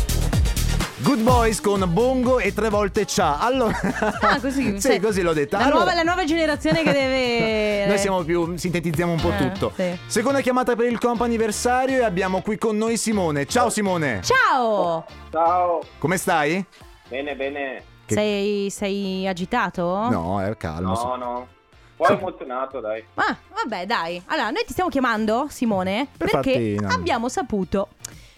[SPEAKER 2] Good Boys con Bongo e tre volte Cia. Allora...
[SPEAKER 1] Ah, così.
[SPEAKER 2] [laughs] sì,
[SPEAKER 1] cioè,
[SPEAKER 2] così l'ho detta.
[SPEAKER 1] La,
[SPEAKER 2] Allora-
[SPEAKER 1] nuova, la nuova generazione che deve.
[SPEAKER 2] [laughs] Noi siamo più, sintetizziamo un po'
[SPEAKER 1] Eh,
[SPEAKER 2] tutto.
[SPEAKER 1] sì.
[SPEAKER 2] Seconda chiamata per il comp anniversario e abbiamo qui con noi Simone. Ciao Simone,
[SPEAKER 1] Ciao!
[SPEAKER 6] Ciao.
[SPEAKER 2] come stai?
[SPEAKER 6] Bene, bene.
[SPEAKER 2] Che-
[SPEAKER 1] Sei, sei agitato?
[SPEAKER 2] No, è calmo. sì.
[SPEAKER 6] No, no. Un po' emozionato, dai.
[SPEAKER 1] Ah, vabbè, dai. Allora, noi ti stiamo chiamando, Simone,
[SPEAKER 2] Per
[SPEAKER 1] perché
[SPEAKER 2] farti- no.
[SPEAKER 1] abbiamo saputo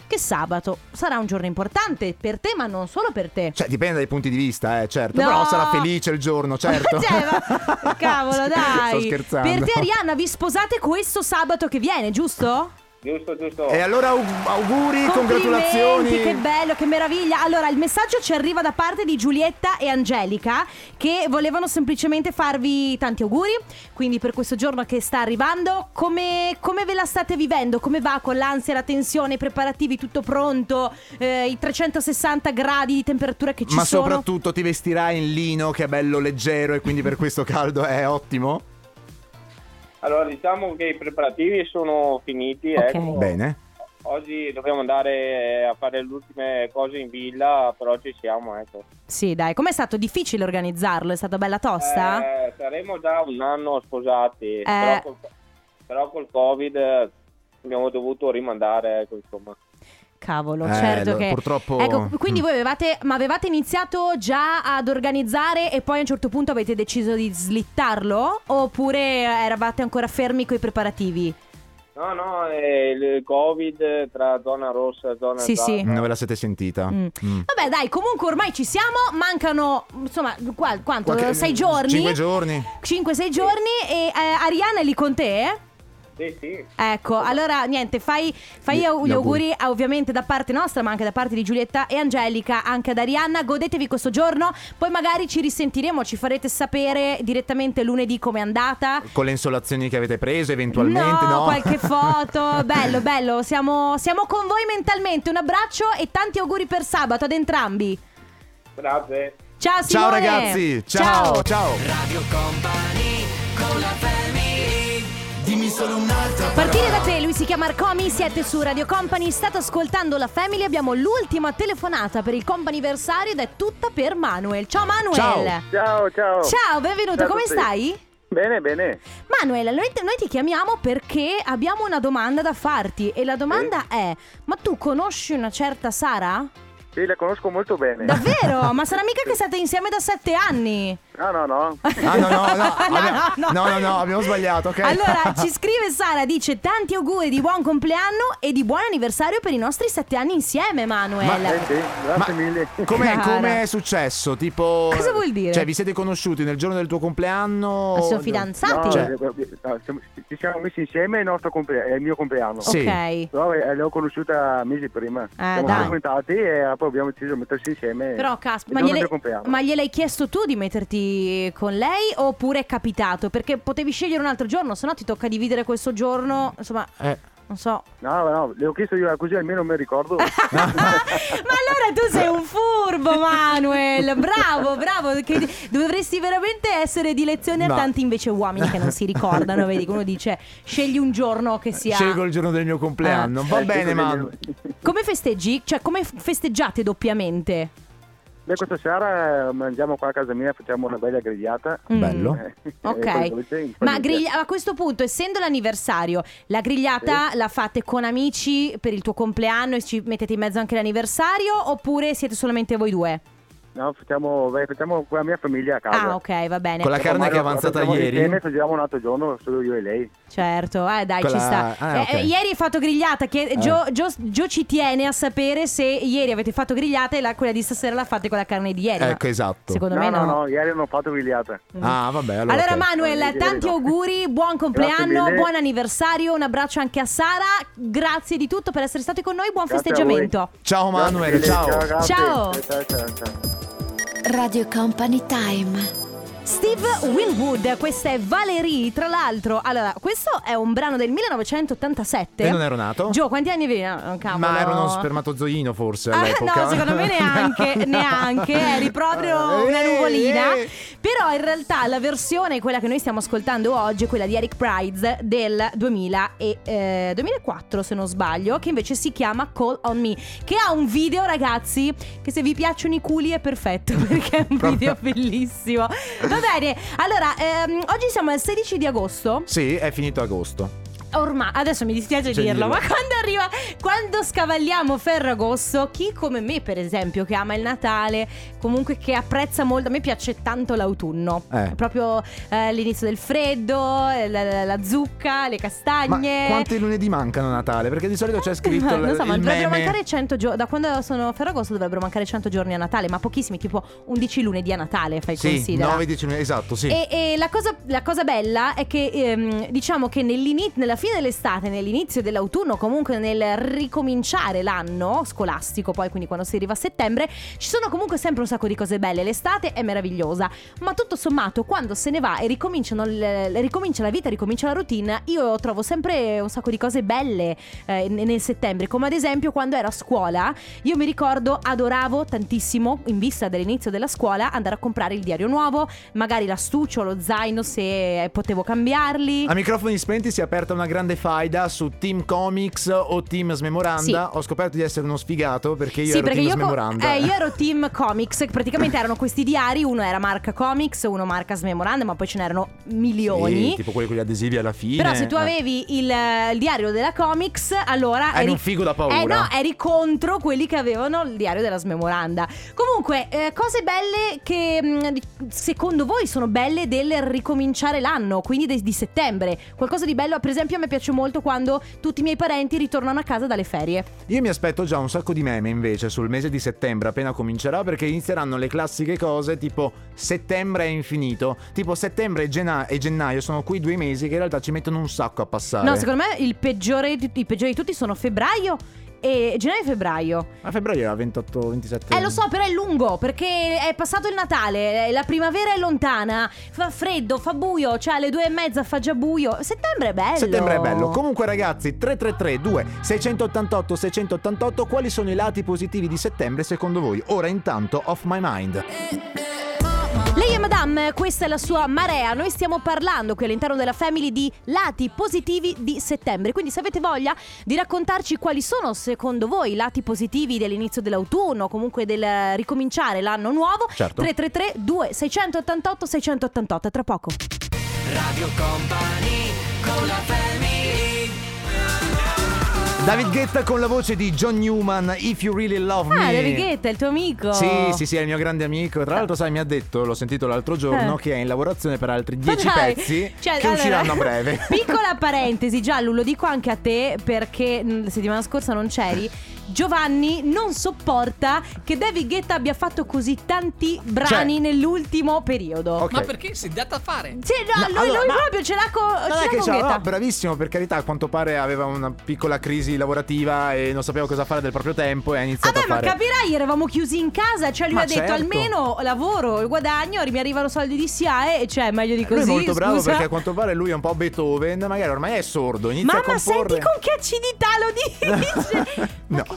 [SPEAKER 1] che sabato sarà un giorno importante per te, ma non solo per te.
[SPEAKER 2] Cioè, dipende dai punti di vista, eh, certo.
[SPEAKER 1] No.
[SPEAKER 2] Però sarà felice
[SPEAKER 1] [laughs]
[SPEAKER 2] il giorno, certo.
[SPEAKER 1] Cioè,
[SPEAKER 2] [laughs]
[SPEAKER 1] ma- cavolo, dai.
[SPEAKER 2] Sto scherzando.
[SPEAKER 1] Per te, Arianna, vi sposate questo sabato che viene, giusto?
[SPEAKER 6] Giusto, giusto.
[SPEAKER 2] E allora aug- auguri,
[SPEAKER 1] Complimenti,
[SPEAKER 2] congratulazioni.
[SPEAKER 1] Che bello, che meraviglia. Allora, il messaggio ci arriva da parte di Giulietta e Angelica che volevano semplicemente farvi tanti auguri. Quindi per questo giorno che sta arrivando, come, come ve la state vivendo? Come va con l'ansia, la tensione, i preparativi, tutto pronto, eh, i 360 gradi di temperatura che ci
[SPEAKER 2] Ma
[SPEAKER 1] sono?
[SPEAKER 2] soprattutto ti vestirai in lino che è bello leggero e quindi per questo caldo è ottimo.
[SPEAKER 6] Allora, diciamo che i preparativi sono finiti.
[SPEAKER 1] Ok.
[SPEAKER 6] Ecco.
[SPEAKER 2] Bene.
[SPEAKER 6] Oggi dobbiamo andare a fare le ultime cose in villa, però ci siamo, ecco.
[SPEAKER 1] Sì, dai, com'è stato difficile organizzarlo? È stata bella tosta?
[SPEAKER 6] Eh, saremo già un anno sposati,
[SPEAKER 1] Eh.
[SPEAKER 6] però, col, però col Covid eh, abbiamo dovuto rimandare, ecco, insomma.
[SPEAKER 1] Cavolo,
[SPEAKER 2] Eh,
[SPEAKER 1] certo
[SPEAKER 2] lo-
[SPEAKER 1] che...
[SPEAKER 2] purtroppo-
[SPEAKER 1] Ecco, quindi
[SPEAKER 2] Mm.
[SPEAKER 1] voi avevate, ma avevate iniziato già ad organizzare e poi a un certo punto avete deciso di slittarlo? Oppure eh, eravate ancora fermi con i preparativi?
[SPEAKER 6] No, no, eh, il Covid tra zona rossa e zona
[SPEAKER 1] Sì,
[SPEAKER 6] gialla.
[SPEAKER 1] sì.
[SPEAKER 2] Non ve la siete sentita.
[SPEAKER 1] Mm.
[SPEAKER 2] Mm.
[SPEAKER 1] Vabbè dai, comunque ormai ci siamo, mancano insomma qua- quanto?
[SPEAKER 2] Qualche-
[SPEAKER 1] sei giorni?
[SPEAKER 2] Cinque giorni.
[SPEAKER 1] 5-6 giorni e eh, Ariana è lì con te?
[SPEAKER 6] Sì, sì.
[SPEAKER 1] Ecco, allora niente, fai, fai
[SPEAKER 2] Gli-
[SPEAKER 1] au-
[SPEAKER 2] gli
[SPEAKER 1] gli
[SPEAKER 2] auguri.
[SPEAKER 1] auguri ah, ovviamente da parte nostra, ma anche da parte di Giulietta e Angelica, anche ad Arianna. Godetevi questo giorno, poi magari ci risentiremo, ci farete sapere direttamente lunedì com'è andata.
[SPEAKER 2] Con le insolazioni che avete preso eventualmente, no?
[SPEAKER 1] no,
[SPEAKER 2] [laughs]
[SPEAKER 1] qualche foto, bello, bello. Siamo, siamo con voi mentalmente. Un abbraccio e tanti auguri per sabato ad entrambi.
[SPEAKER 6] Grazie.
[SPEAKER 1] Ciao Simone.
[SPEAKER 2] Ciao ragazzi, ciao, ciao.
[SPEAKER 1] Partire da te, lui si chiama Arcomi, siete su Radio Company, state ascoltando la Family, abbiamo l'ultima telefonata per il comp'anniversario ed è tutta per Manuel. Ciao Manuel!
[SPEAKER 2] Ciao.
[SPEAKER 8] Ciao, ciao.
[SPEAKER 1] Ciao, benvenuto,
[SPEAKER 8] Ciao a
[SPEAKER 1] come
[SPEAKER 8] tutti.
[SPEAKER 1] stai?
[SPEAKER 8] Bene, bene.
[SPEAKER 1] Manuel, noi, noi ti chiamiamo perché abbiamo una domanda da farti e la domanda è, ma tu conosci una certa Sara?
[SPEAKER 8] Sì, la conosco molto bene. [laughs]
[SPEAKER 1] Davvero? ma sarà mica che state insieme da sette anni?
[SPEAKER 8] No, no, no.
[SPEAKER 2] Ah no
[SPEAKER 1] [laughs]
[SPEAKER 2] no no, abbiamo- no, no, no, abbiamo sbagliato, ok? [laughs]
[SPEAKER 1] Allora, ci scrive Sara, dice tanti auguri di buon compleanno e di buon anniversario per i nostri sette anni insieme, Manuel.
[SPEAKER 8] Eh sì, grazie
[SPEAKER 2] Ma-
[SPEAKER 8] mille.
[SPEAKER 2] Com'è,
[SPEAKER 1] Cara.
[SPEAKER 2] com'è successo? Tipo
[SPEAKER 1] Cosa vuol dire?
[SPEAKER 2] Cioè, vi siete conosciuti nel giorno del tuo compleanno?
[SPEAKER 1] Ma sono
[SPEAKER 2] No.
[SPEAKER 1] fidanzati?
[SPEAKER 8] No,
[SPEAKER 2] Cioè-
[SPEAKER 8] eh, no, siamo- ci siamo messi insieme, il, nostro comple- è il mio compleanno.
[SPEAKER 2] Sì.
[SPEAKER 1] Ok.
[SPEAKER 8] Però eh, l'ho conosciuta mesi prima. siamo
[SPEAKER 1] Eh, dai.
[SPEAKER 8] frequentati e ah, poi abbiamo deciso di mettersi insieme.
[SPEAKER 1] Però caspita, ma,
[SPEAKER 8] il giorno del
[SPEAKER 1] gliel'hai-
[SPEAKER 8] mio compleanno.
[SPEAKER 1] ma gliel'hai chiesto tu di metterti con lei oppure è capitato? Perché potevi scegliere un altro giorno, se no ti tocca dividere questo giorno, insomma,
[SPEAKER 2] Eh,
[SPEAKER 1] non so.
[SPEAKER 8] No, no, le ho chiesto io così almeno me ricordo.
[SPEAKER 1] [laughs] ma allora tu sei un furbo, Manuel. Bravo, bravo. Che dovresti veramente essere di lezione
[SPEAKER 2] No.
[SPEAKER 1] a tanti invece uomini che non si ricordano. Vedi, che uno dice scegli un giorno che sia.
[SPEAKER 2] Scelgo il giorno del mio
[SPEAKER 1] Ah.
[SPEAKER 2] compleanno. Va
[SPEAKER 8] Eh,
[SPEAKER 2] bene,
[SPEAKER 8] sì,
[SPEAKER 2] ma.
[SPEAKER 1] Come festeggi? Cioè, come f- festeggiate doppiamente?
[SPEAKER 8] [laughs] Beh, questa sera eh, mangiamo qua a casa mia, facciamo una bella grigliata.
[SPEAKER 1] Mm.
[SPEAKER 2] Bello.
[SPEAKER 8] Eh, [laughs] e poi dolce,
[SPEAKER 1] Ok,
[SPEAKER 8] poi
[SPEAKER 1] ma
[SPEAKER 8] niente.
[SPEAKER 1] griglia- a questo punto, essendo l'anniversario, la grigliata la fate con amici per il tuo compleanno e ci mettete in mezzo anche l'anniversario oppure siete solamente voi due?
[SPEAKER 8] No, facciamo, beh, facciamo con la mia famiglia a casa.
[SPEAKER 1] Ah, ok, va bene.
[SPEAKER 2] Con la
[SPEAKER 8] Dopo
[SPEAKER 2] carne che è
[SPEAKER 8] Mario,
[SPEAKER 2] avanzata
[SPEAKER 8] facciamo Insieme,
[SPEAKER 2] ieri.
[SPEAKER 8] facciamo un altro giorno, solo io e lei.
[SPEAKER 1] Certo, eh, dai,
[SPEAKER 2] Con
[SPEAKER 1] ci
[SPEAKER 2] la-
[SPEAKER 1] sta.
[SPEAKER 2] ah,
[SPEAKER 1] Eh,
[SPEAKER 2] ok. Eh.
[SPEAKER 1] eh, ieri hai fatto grigliata. Che... Gio, Gio- Gio ci tiene a sapere se ieri avete fatto grigliata e la- quella di stasera la fate con la carne di ieri. ma
[SPEAKER 2] Ecco, esatto.
[SPEAKER 1] Eh, Secondo
[SPEAKER 8] no,
[SPEAKER 1] me
[SPEAKER 8] no, no, ieri non ho fatto grigliata.
[SPEAKER 2] Ah, vabbè, allora.
[SPEAKER 1] Allora
[SPEAKER 2] ok.
[SPEAKER 1] Manuel,
[SPEAKER 8] Ieri
[SPEAKER 1] tanti
[SPEAKER 8] no.
[SPEAKER 1] auguri, buon compleanno,
[SPEAKER 8] mille.
[SPEAKER 1] buon anniversario, un abbraccio anche a Sara, grazie di tutto per essere stati con noi, buon
[SPEAKER 8] Grazie a
[SPEAKER 1] festeggiamento.
[SPEAKER 2] Ciao Oh, Manuel,
[SPEAKER 8] Grazie,
[SPEAKER 2] ciao.
[SPEAKER 8] ragazzi.
[SPEAKER 1] Ciao.
[SPEAKER 8] ciao, ciao, ciao.
[SPEAKER 5] Radio Company Time.
[SPEAKER 1] Steve Winwood, questa è Valerie, tra l'altro, allora questo è un brano del 1987.
[SPEAKER 2] E non ero nato?
[SPEAKER 1] Gio, quanti anni avevi? No, cavolo.
[SPEAKER 2] Ma ero uno spermatozoino forse
[SPEAKER 1] Ah,
[SPEAKER 2] all'epoca. [laughs]
[SPEAKER 1] no, secondo me neanche, neanche, eri proprio
[SPEAKER 2] Eh,
[SPEAKER 1] una nuvolina.
[SPEAKER 2] eh.
[SPEAKER 1] Però in realtà la versione, quella che noi stiamo ascoltando oggi, è quella di Eric Prides del 2000 e, eh, 2004 se non sbaglio, che invece si chiama Call on Me, che ha un video ragazzi che se vi piacciono i culi è perfetto [laughs] perché è un video bellissimo. Va bene, allora ehm, oggi siamo al 16 di agosto.
[SPEAKER 2] Sì, è finito agosto.
[SPEAKER 1] Ormai, adesso mi dispiace
[SPEAKER 2] C'è
[SPEAKER 1] dirlo,
[SPEAKER 2] dirlo.
[SPEAKER 1] ma quando arriva, quando scavalliamo Ferragosto, chi come me, per esempio, che ama il Natale, comunque che apprezza molto, a me piace tanto l'autunno.
[SPEAKER 2] Eh.
[SPEAKER 1] Proprio eh, l'inizio del freddo, eh, la, la- la zucca, le
[SPEAKER 2] Ma
[SPEAKER 1] castagne.
[SPEAKER 2] quanti lunedì mancano a Natale? Perché di solito c'è scritto
[SPEAKER 1] Ma [laughs]
[SPEAKER 2] il,
[SPEAKER 1] non so, ma
[SPEAKER 2] il
[SPEAKER 1] dovrebbero
[SPEAKER 2] meme.
[SPEAKER 1] mancare 100 giorni. Da quando sono a Ferragosto dovrebbero mancare 100 giorni a Natale, ma pochissimi, tipo 11 lunedì a Natale, fai
[SPEAKER 2] Sì,
[SPEAKER 1] considera.
[SPEAKER 2] 9, 10 esatto, sì.
[SPEAKER 1] E, e la, cosa, la cosa bella è che ehm, diciamo che nell'ini- nella fine dell'estate, nell'inizio dell'autunno, comunque nel ricominciare l'anno scolastico, poi quindi quando si arriva a settembre, ci sono comunque sempre un sacco di cose belle. L'estate è meravigliosa, ma tutto sommato quando se ne va e ricominciano le- le- ricomincia la vita, ricomincia la routine, io trovo sempre un sacco di cose belle eh, ne- nel settembre, come ad esempio quando ero a scuola, io mi ricordo adoravo tantissimo, in vista dell'inizio della scuola, andare a comprare il diario nuovo, magari l'astuccio, lo zaino se potevo cambiarli.
[SPEAKER 2] A microfoni spenti si è aperta una grande faida su Team Comics o Team Smemoranda. Ho scoperto di essere uno sfigato perché io
[SPEAKER 1] sì,
[SPEAKER 2] ero
[SPEAKER 1] perché
[SPEAKER 2] Team
[SPEAKER 1] io, co-
[SPEAKER 2] Smemoranda.
[SPEAKER 1] eh, io ero team comics, che praticamente erano questi diari, uno era marca comics, uno marca smemoranda, ma poi ce n'erano milioni.
[SPEAKER 2] Sì, tipo quelli con gli adesivi alla fine.
[SPEAKER 1] Però se tu
[SPEAKER 2] Eh.
[SPEAKER 1] avevi il, eh, il diario della comics, allora
[SPEAKER 2] Eri un figo da paura.
[SPEAKER 1] Eh no, eri contro quelli che avevano il diario della smemoranda. Comunque, eh, cose belle che mh, di- secondo voi sono belle del ricominciare l'anno, quindi de- di settembre. Qualcosa di bello, per esempio, a me piace molto quando tutti i miei parenti ritornano a casa dalle ferie.
[SPEAKER 2] Io mi aspetto già un sacco di meme invece sul mese di settembre appena comincerà perché inizieranno le classiche cose tipo settembre è infinito, tipo settembre e, gena- e gennaio sono quei due mesi che in realtà ci mettono un sacco a passare.
[SPEAKER 1] No, secondo me il peggiore di, i peggiori di tutti sono febbraio e gennaio e febbraio.
[SPEAKER 2] A febbraio era 28-27.
[SPEAKER 1] Eh lo so, però è lungo perché è passato il Natale, eh, la primavera è lontana, fa freddo, fa buio, cioè alle due e mezza fa già buio. Settembre è bello.
[SPEAKER 2] Settembre è bello. Comunque ragazzi, 333 2 688 688 quali sono i lati positivi di settembre secondo voi? Ora intanto off my mind.
[SPEAKER 1] Lei è Madame, questa è la sua marea. Noi stiamo parlando qui all'interno della Family di lati positivi di settembre. Quindi, se avete voglia di raccontarci quali sono secondo voi i lati positivi dell'inizio dell'autunno, o comunque del eh, ricominciare l'anno nuovo,
[SPEAKER 2] Certo.
[SPEAKER 1] 333 2688 688 tra poco.
[SPEAKER 4] Radio Company con la family
[SPEAKER 2] David Guetta con la voce di John Newman, If You Really Love Me.
[SPEAKER 1] Ah, David Guetta, il tuo amico.
[SPEAKER 2] Sì, sì, sì, è il mio grande amico. Tra l'altro, sai, mi ha detto, l'ho sentito l'altro giorno,
[SPEAKER 1] Eh.
[SPEAKER 2] che è in lavorazione per altri
[SPEAKER 1] Ma
[SPEAKER 2] 10
[SPEAKER 1] dai,
[SPEAKER 2] pezzi
[SPEAKER 1] cioè,
[SPEAKER 2] che
[SPEAKER 1] allora,
[SPEAKER 2] usciranno
[SPEAKER 1] [laughs]
[SPEAKER 2] a breve.
[SPEAKER 1] Piccola parentesi, Giallo, lo dico anche a te perché mh, la settimana scorsa non c'eri. Giovanni non sopporta che David Guetta abbia fatto così tanti brani
[SPEAKER 2] Cioè-
[SPEAKER 1] nell'ultimo periodo.
[SPEAKER 2] [laughs] Ok.
[SPEAKER 3] Ma perché si è data a fare?
[SPEAKER 1] Sì, no,
[SPEAKER 2] No,
[SPEAKER 1] lui,
[SPEAKER 2] allora,
[SPEAKER 1] lui
[SPEAKER 2] ma-
[SPEAKER 1] proprio ce l'ha, co-
[SPEAKER 2] Non
[SPEAKER 1] ce
[SPEAKER 2] è
[SPEAKER 1] l'ha
[SPEAKER 2] che
[SPEAKER 1] con
[SPEAKER 2] c'ha-
[SPEAKER 1] Guetta.
[SPEAKER 2] no, bravissimo, per carità, a quanto pare aveva una piccola crisi lavorativa e non sapeva cosa fare del proprio tempo e ha iniziato
[SPEAKER 1] Vabbè, Ah,
[SPEAKER 2] a
[SPEAKER 1] ma
[SPEAKER 2] fare.
[SPEAKER 1] capirai, eravamo chiusi in casa, cioè lui
[SPEAKER 2] Ma
[SPEAKER 1] ha detto
[SPEAKER 2] certo.
[SPEAKER 1] almeno lavoro, guadagno, mi arrivano soldi di SIAE, cioè meglio di
[SPEAKER 2] Eh, lui
[SPEAKER 1] così.
[SPEAKER 2] è molto bravo
[SPEAKER 1] scusa.
[SPEAKER 2] perché a quanto pare lui è un po' Beethoven, magari ormai è sordo, inizia a
[SPEAKER 1] Mamma,
[SPEAKER 2] comporre.
[SPEAKER 1] senti con che acidità
[SPEAKER 2] [laughs]
[SPEAKER 1] lo dice. Ma
[SPEAKER 2] no,
[SPEAKER 1] che-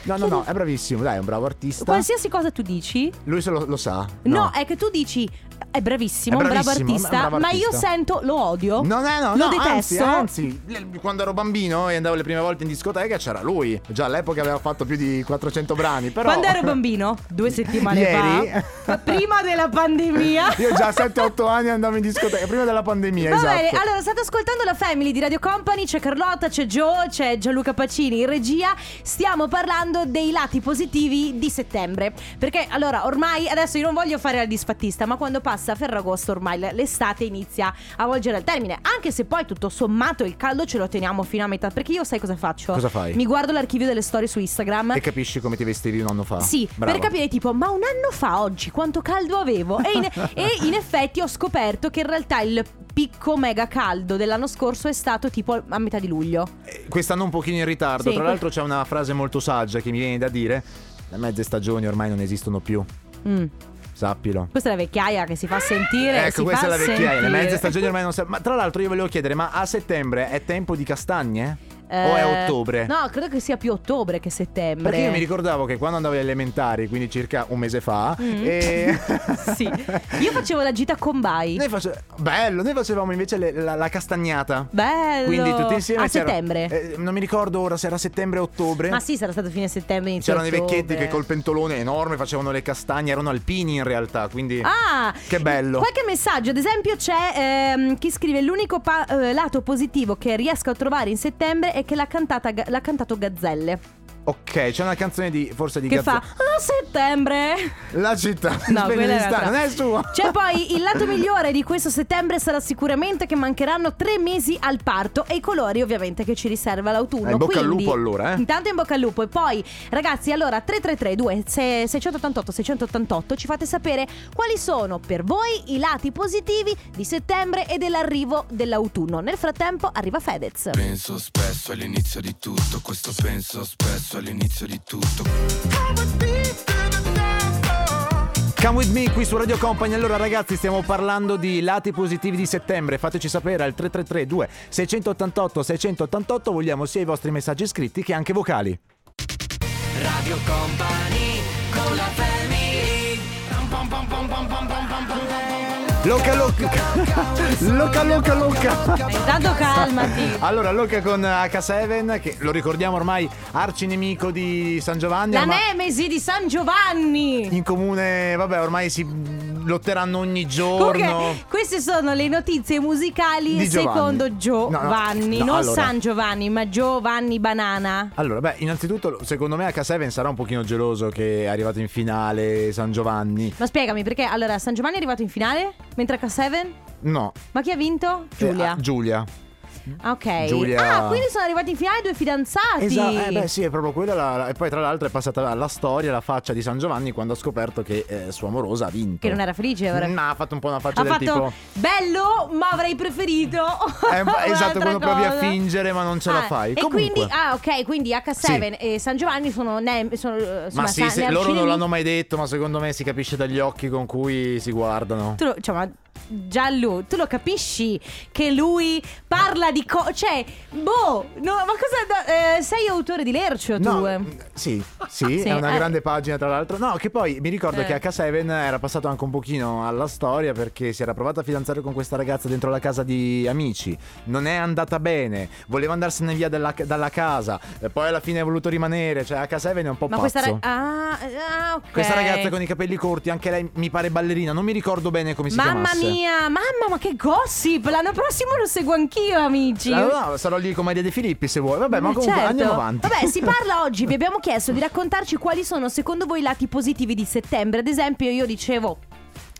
[SPEAKER 2] no, no,
[SPEAKER 1] che-
[SPEAKER 2] no, è bravissimo, dai, è un bravo artista.
[SPEAKER 1] Qualsiasi cosa tu dici,
[SPEAKER 2] Lui se lo, lo sa.
[SPEAKER 1] no. è che tu dici è bravissimo,
[SPEAKER 2] È
[SPEAKER 1] un bravo
[SPEAKER 2] bravissimo,
[SPEAKER 1] artista,
[SPEAKER 2] è un bravo
[SPEAKER 1] ma io
[SPEAKER 2] artista.
[SPEAKER 1] sento lo odio.
[SPEAKER 2] No, no, no,
[SPEAKER 1] lo
[SPEAKER 2] no,
[SPEAKER 1] detesto.
[SPEAKER 2] Anzi, anzi, le- quando ero bambino e andavo le prime volte in discoteca c'era lui. Già all'epoca aveva fatto più di 400 brani, però
[SPEAKER 1] Quando
[SPEAKER 2] [laughs]
[SPEAKER 1] ero bambino, due settimane
[SPEAKER 2] Ieri?
[SPEAKER 1] fa, prima della pandemia.
[SPEAKER 2] [laughs] Io già a 7-8 anni andavo in discoteca prima della pandemia,
[SPEAKER 1] Va
[SPEAKER 2] esatto.
[SPEAKER 1] bene, allora state ascoltando la Family di Radio Company, c'è Carlotta, c'è Joe, c'è Gianluca Pacini in regia. Stiamo parlando dei lati positivi di settembre. Perché allora ormai adesso io non voglio fare la disfattista, ma quando passa Ferragosto ormai l- l'estate inizia a volgere al termine. Anche se poi tutto sommato il caldo ce lo teniamo fino a metà. Perché io sai cosa faccio?
[SPEAKER 2] Cosa fai?
[SPEAKER 1] Mi guardo l'archivio delle storie su Instagram.
[SPEAKER 2] E capisci come ti vestivi un anno fa?
[SPEAKER 1] Sì,
[SPEAKER 2] Brava.
[SPEAKER 1] per capire tipo, ma un anno fa oggi quanto caldo avevo? E in, e in effetti ho scoperto che in realtà il picco mega caldo dell'anno scorso è stato tipo a metà di luglio.
[SPEAKER 2] Eh, Quest'anno un pochino in ritardo.
[SPEAKER 1] Sì,
[SPEAKER 2] Tra
[SPEAKER 1] que-
[SPEAKER 2] l'altro c'è una frase molto saggia che mi viene da dire. Le mezze stagioni ormai non esistono più,
[SPEAKER 1] Mm.
[SPEAKER 2] sappilo.
[SPEAKER 1] Questa è la vecchiaia che si fa sentire.
[SPEAKER 2] ecco,
[SPEAKER 1] si
[SPEAKER 2] questa è
[SPEAKER 1] fa
[SPEAKER 2] la vecchiaia. Le
[SPEAKER 1] sentire.
[SPEAKER 2] mezze stagioni ormai non servono. Ma tra l'altro io volevo chiedere, ma a settembre è tempo di castagne?
[SPEAKER 1] eh,
[SPEAKER 2] è ottobre?
[SPEAKER 1] No, credo che sia più ottobre che settembre.
[SPEAKER 2] Perché io mi ricordavo che quando andavo alle elementari, quindi circa un mese fa, [laughs]
[SPEAKER 1] Mm.
[SPEAKER 2] e...
[SPEAKER 1] [laughs] sì. Io facevo la gita con Bai.
[SPEAKER 2] [laughs] Noi face- Bello, noi facevamo invece le- la, la castagnata.
[SPEAKER 1] Bello.
[SPEAKER 2] Quindi tutti insieme
[SPEAKER 1] A
[SPEAKER 2] c'era-
[SPEAKER 1] settembre.
[SPEAKER 2] eh, non mi ricordo ora se era settembre o ottobre.
[SPEAKER 1] Ma sì, sarà stato fine settembre. Inizio
[SPEAKER 2] C'erano i vecchietti
[SPEAKER 1] ottobre.
[SPEAKER 2] che col pentolone enorme facevano le castagne, erano alpini in realtà, quindi
[SPEAKER 1] Ah,
[SPEAKER 2] che bello.
[SPEAKER 1] Qualche messaggio, ad esempio, c'è ehm, chi scrive: L'unico pa- eh, lato positivo che riesco a trovare in settembre è che l'ha, cantata, l'ha cantato Gazzelle.
[SPEAKER 2] Ok, c'è una canzone di forse di
[SPEAKER 1] che
[SPEAKER 2] Gazzè-
[SPEAKER 1] fa: Ah, settembre!
[SPEAKER 2] La città
[SPEAKER 1] No, quella è
[SPEAKER 2] Spellinista,
[SPEAKER 1] un'altra.
[SPEAKER 2] non è sua.
[SPEAKER 1] C'è poi il
[SPEAKER 2] [laughs]
[SPEAKER 1] lato migliore di questo settembre sarà sicuramente che mancheranno tre mesi al parto e i colori ovviamente che ci riserva l'autunno.
[SPEAKER 2] Eh, in bocca al
[SPEAKER 1] Quindi,
[SPEAKER 2] lupo allora, eh.
[SPEAKER 1] Intanto in bocca al lupo e poi ragazzi allora 333 688 688 ci fate sapere quali sono per voi i lati positivi di settembre e dell'arrivo dell'autunno. Nel frattempo arriva Fedez.
[SPEAKER 9] Penso spesso all'inizio di tutto, questo penso spesso all'inizio di tutto.
[SPEAKER 2] Come with me qui su Radio Company. Allora ragazzi, stiamo parlando di lati positivi di settembre. Fateci sapere al 333 2 688 688. Vogliamo sia i vostri messaggi scritti che anche vocali.
[SPEAKER 4] Radio Company con la family
[SPEAKER 2] Loca loca. Loca loca loca.
[SPEAKER 1] Ma Intanto calmati.
[SPEAKER 2] Allora, Loca con H7, che lo ricordiamo ormai arcinemico di San Giovanni.
[SPEAKER 1] La
[SPEAKER 2] ormai
[SPEAKER 1] Nemesi di San Giovanni.
[SPEAKER 2] in comune, vabbè, ormai si lotteranno ogni giorno.
[SPEAKER 1] Comunque, queste sono le notizie musicali
[SPEAKER 2] Di Giovanni.
[SPEAKER 1] secondo
[SPEAKER 2] No,
[SPEAKER 1] Giovanni,
[SPEAKER 2] no,
[SPEAKER 1] non
[SPEAKER 2] allora-
[SPEAKER 1] San Giovanni, ma Giovanni Banana.
[SPEAKER 2] Allora, beh, innanzitutto, secondo me H7 sarà un pochino geloso che è arrivato in finale San Giovanni.
[SPEAKER 1] Ma spiegami perché allora San Giovanni è arrivato in finale, mentre H7?
[SPEAKER 2] No.
[SPEAKER 1] Ma chi ha vinto?
[SPEAKER 2] Eh,
[SPEAKER 1] Giulia.
[SPEAKER 2] ah, Giulia.
[SPEAKER 1] Ah, ok.
[SPEAKER 2] Giulia-
[SPEAKER 1] Ah, quindi sono arrivati in finale due fidanzati.
[SPEAKER 2] Esatto. Eh, beh, sì, è proprio quella. la- la- E poi, tra l'altro, è passata alla storia la faccia di San Giovanni quando ha scoperto che eh, sua amorosa ha vinto.
[SPEAKER 1] Che non era felice, ora.
[SPEAKER 2] No, ha fatto un po' una faccia
[SPEAKER 1] Ha
[SPEAKER 2] del
[SPEAKER 1] fatto
[SPEAKER 2] tipo.
[SPEAKER 1] bello, ma avrei preferito.
[SPEAKER 2] [laughs]
[SPEAKER 1] [laughs]
[SPEAKER 2] Eh, ma- esatto,
[SPEAKER 1] un'altra
[SPEAKER 2] quando provi a
[SPEAKER 1] cosa.
[SPEAKER 2] fingere ma non ce la
[SPEAKER 1] Ah,
[SPEAKER 2] fai.
[SPEAKER 1] E
[SPEAKER 2] Comunque.
[SPEAKER 1] quindi, ah, ok, quindi H7 e San Giovanni sono. ne- sono, eh,
[SPEAKER 2] ma
[SPEAKER 1] insomma,
[SPEAKER 2] sì,
[SPEAKER 1] sa-
[SPEAKER 2] se-
[SPEAKER 1] ne
[SPEAKER 2] loro non
[SPEAKER 1] arcinemici.
[SPEAKER 2] l'hanno mai detto, ma secondo me si capisce dagli occhi con cui si guardano.
[SPEAKER 1] Tu lo, cioè, ma Giallo, tu lo capisci che lui parla di co... Cioè, boh, no, ma cosa... da- eh, sei autore di Lercio tu?
[SPEAKER 2] No,
[SPEAKER 1] eh?
[SPEAKER 2] mh, sì, sì,
[SPEAKER 1] Sì,
[SPEAKER 2] è una
[SPEAKER 1] eh.
[SPEAKER 2] grande pagina tra l'altro. No, che poi mi ricordo
[SPEAKER 1] Eh.
[SPEAKER 2] che H7 era passato anche un pochino alla storia perché si era provato a fidanzare con questa ragazza dentro la casa di amici. Non è andata bene, voleva andarsene via dalla, dalla casa, e poi alla fine è voluto rimanere. Cioè, H7 è un po'
[SPEAKER 1] ma
[SPEAKER 2] pazzo.
[SPEAKER 1] questa... ra- ah, ah, ok.
[SPEAKER 2] Questa ragazza con i capelli corti, anche lei mi pare ballerina, non mi ricordo bene come si
[SPEAKER 1] Mamma
[SPEAKER 2] chiamasse.
[SPEAKER 1] mia, mamma, ma che gossip! L'anno prossimo lo seguo anch'io, amici.
[SPEAKER 2] Allora, Eh, no, sarò lì con Maria De Filippi se vuoi. Vabbè, ma, comunque
[SPEAKER 1] certo.
[SPEAKER 2] andiamo avanti.
[SPEAKER 1] Vabbè,
[SPEAKER 2] [laughs]
[SPEAKER 1] si parla oggi, vi abbiamo chiesto di raccontarci quali sono secondo voi i lati positivi di settembre. Ad esempio, io dicevo.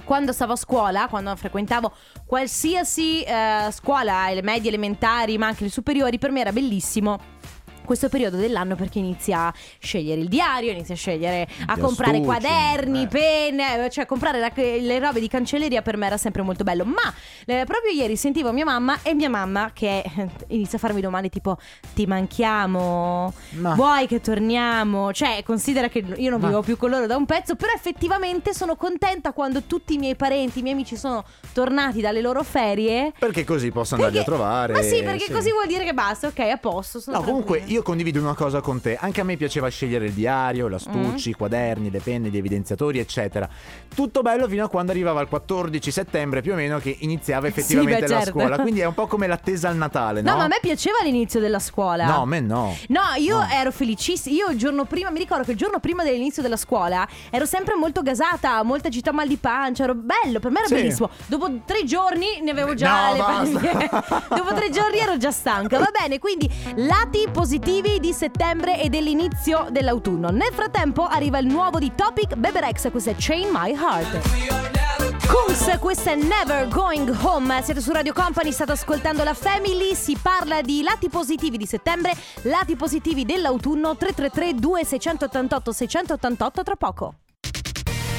[SPEAKER 1] Quando stavo a scuola, quando frequentavo qualsiasi eh, scuola, le medie elementari, ma anche le superiori, per me era bellissimo questo periodo dell'anno perché inizia a scegliere il diario, inizia a scegliere a
[SPEAKER 2] Gli
[SPEAKER 1] comprare
[SPEAKER 2] astucci,
[SPEAKER 1] quaderni,
[SPEAKER 2] eh.
[SPEAKER 1] penne, eh, cioè comprare la- le robe di cancelleria per me era sempre molto bello. Ma eh, proprio ieri sentivo mia mamma e mia mamma che eh, inizia a farmi domande tipo ti manchiamo,
[SPEAKER 2] Ma-
[SPEAKER 1] vuoi che torniamo? Cioè considera che io non
[SPEAKER 2] Ma-
[SPEAKER 1] vivo più con loro da un pezzo, però effettivamente sono contenta quando tutti i miei parenti, i miei amici sono tornati dalle loro ferie.
[SPEAKER 2] Perché così posso andarli
[SPEAKER 1] Perché-
[SPEAKER 2] a trovare.
[SPEAKER 1] Ma sì, perché così vuol dire che basta, ok, a posto. Sono
[SPEAKER 2] No, comunque
[SPEAKER 1] tranquilla.
[SPEAKER 2] io condivido una cosa con te. Anche a me piaceva scegliere il diario, l'astucci,
[SPEAKER 1] Mm.
[SPEAKER 2] i quaderni, le penne, gli evidenziatori, eccetera. Tutto bello fino a quando arrivava il 14 settembre più o meno che iniziava effettivamente
[SPEAKER 1] beh,
[SPEAKER 2] la
[SPEAKER 1] certo.
[SPEAKER 2] scuola. Quindi è un po' come l'attesa al Natale, no?
[SPEAKER 1] No, ma a me piaceva l'inizio della scuola.
[SPEAKER 2] No, a me no.
[SPEAKER 1] No, io
[SPEAKER 2] No.
[SPEAKER 1] ero felicissima. Io il giorno prima, mi ricordo che il giorno prima dell'inizio della scuola ero sempre molto gasata, molta città mal di pancia. Ero bello, per me era
[SPEAKER 2] Sì.
[SPEAKER 1] bellissimo. Dopo tre giorni ne avevo già
[SPEAKER 2] No,
[SPEAKER 1] le palme.
[SPEAKER 2] basta.
[SPEAKER 1] [laughs] Dopo tre giorni ero già stanca. Va bene, quindi lati positivi di settembre e dell'inizio dell'autunno. Nel frattempo arriva il nuovo di Topic Beberex. Questo è Chain My Heart. Kungs, questa è Never Going Home. Siete su Radio Company, state ascoltando la Family. Si parla di lati positivi di settembre, lati positivi dell'autunno. 333 2688 688 tra poco.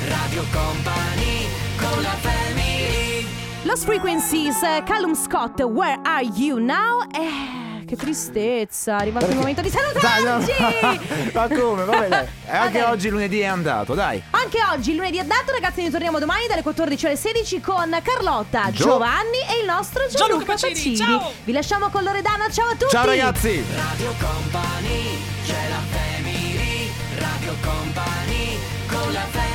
[SPEAKER 4] Radio Company con la family
[SPEAKER 1] Lost Frequencies, eh, Callum Scott, Where Are You Now? Eh, che tristezza. È arrivato il momento di
[SPEAKER 2] Dai, no. [laughs]
[SPEAKER 1] salutarci.
[SPEAKER 2] Ma come?
[SPEAKER 1] [laughs]
[SPEAKER 2] Vabbè, dai. E Anche
[SPEAKER 1] Vabbè.
[SPEAKER 2] oggi lunedì è andato, dai.
[SPEAKER 1] Anche oggi, lunedì andato, ragazzi, noi torniamo domani dalle 14 alle 16 con Carlotta,
[SPEAKER 2] Gio-
[SPEAKER 1] Giovanni e il nostro Gianluca,
[SPEAKER 3] Gianluca
[SPEAKER 1] Pacini.
[SPEAKER 3] Pacini, ciao!
[SPEAKER 1] Vi lasciamo con Loredana, ciao a tutti!
[SPEAKER 2] Ciao ragazzi.
[SPEAKER 4] Radio Company, c'è la family, Radio Company, con la family.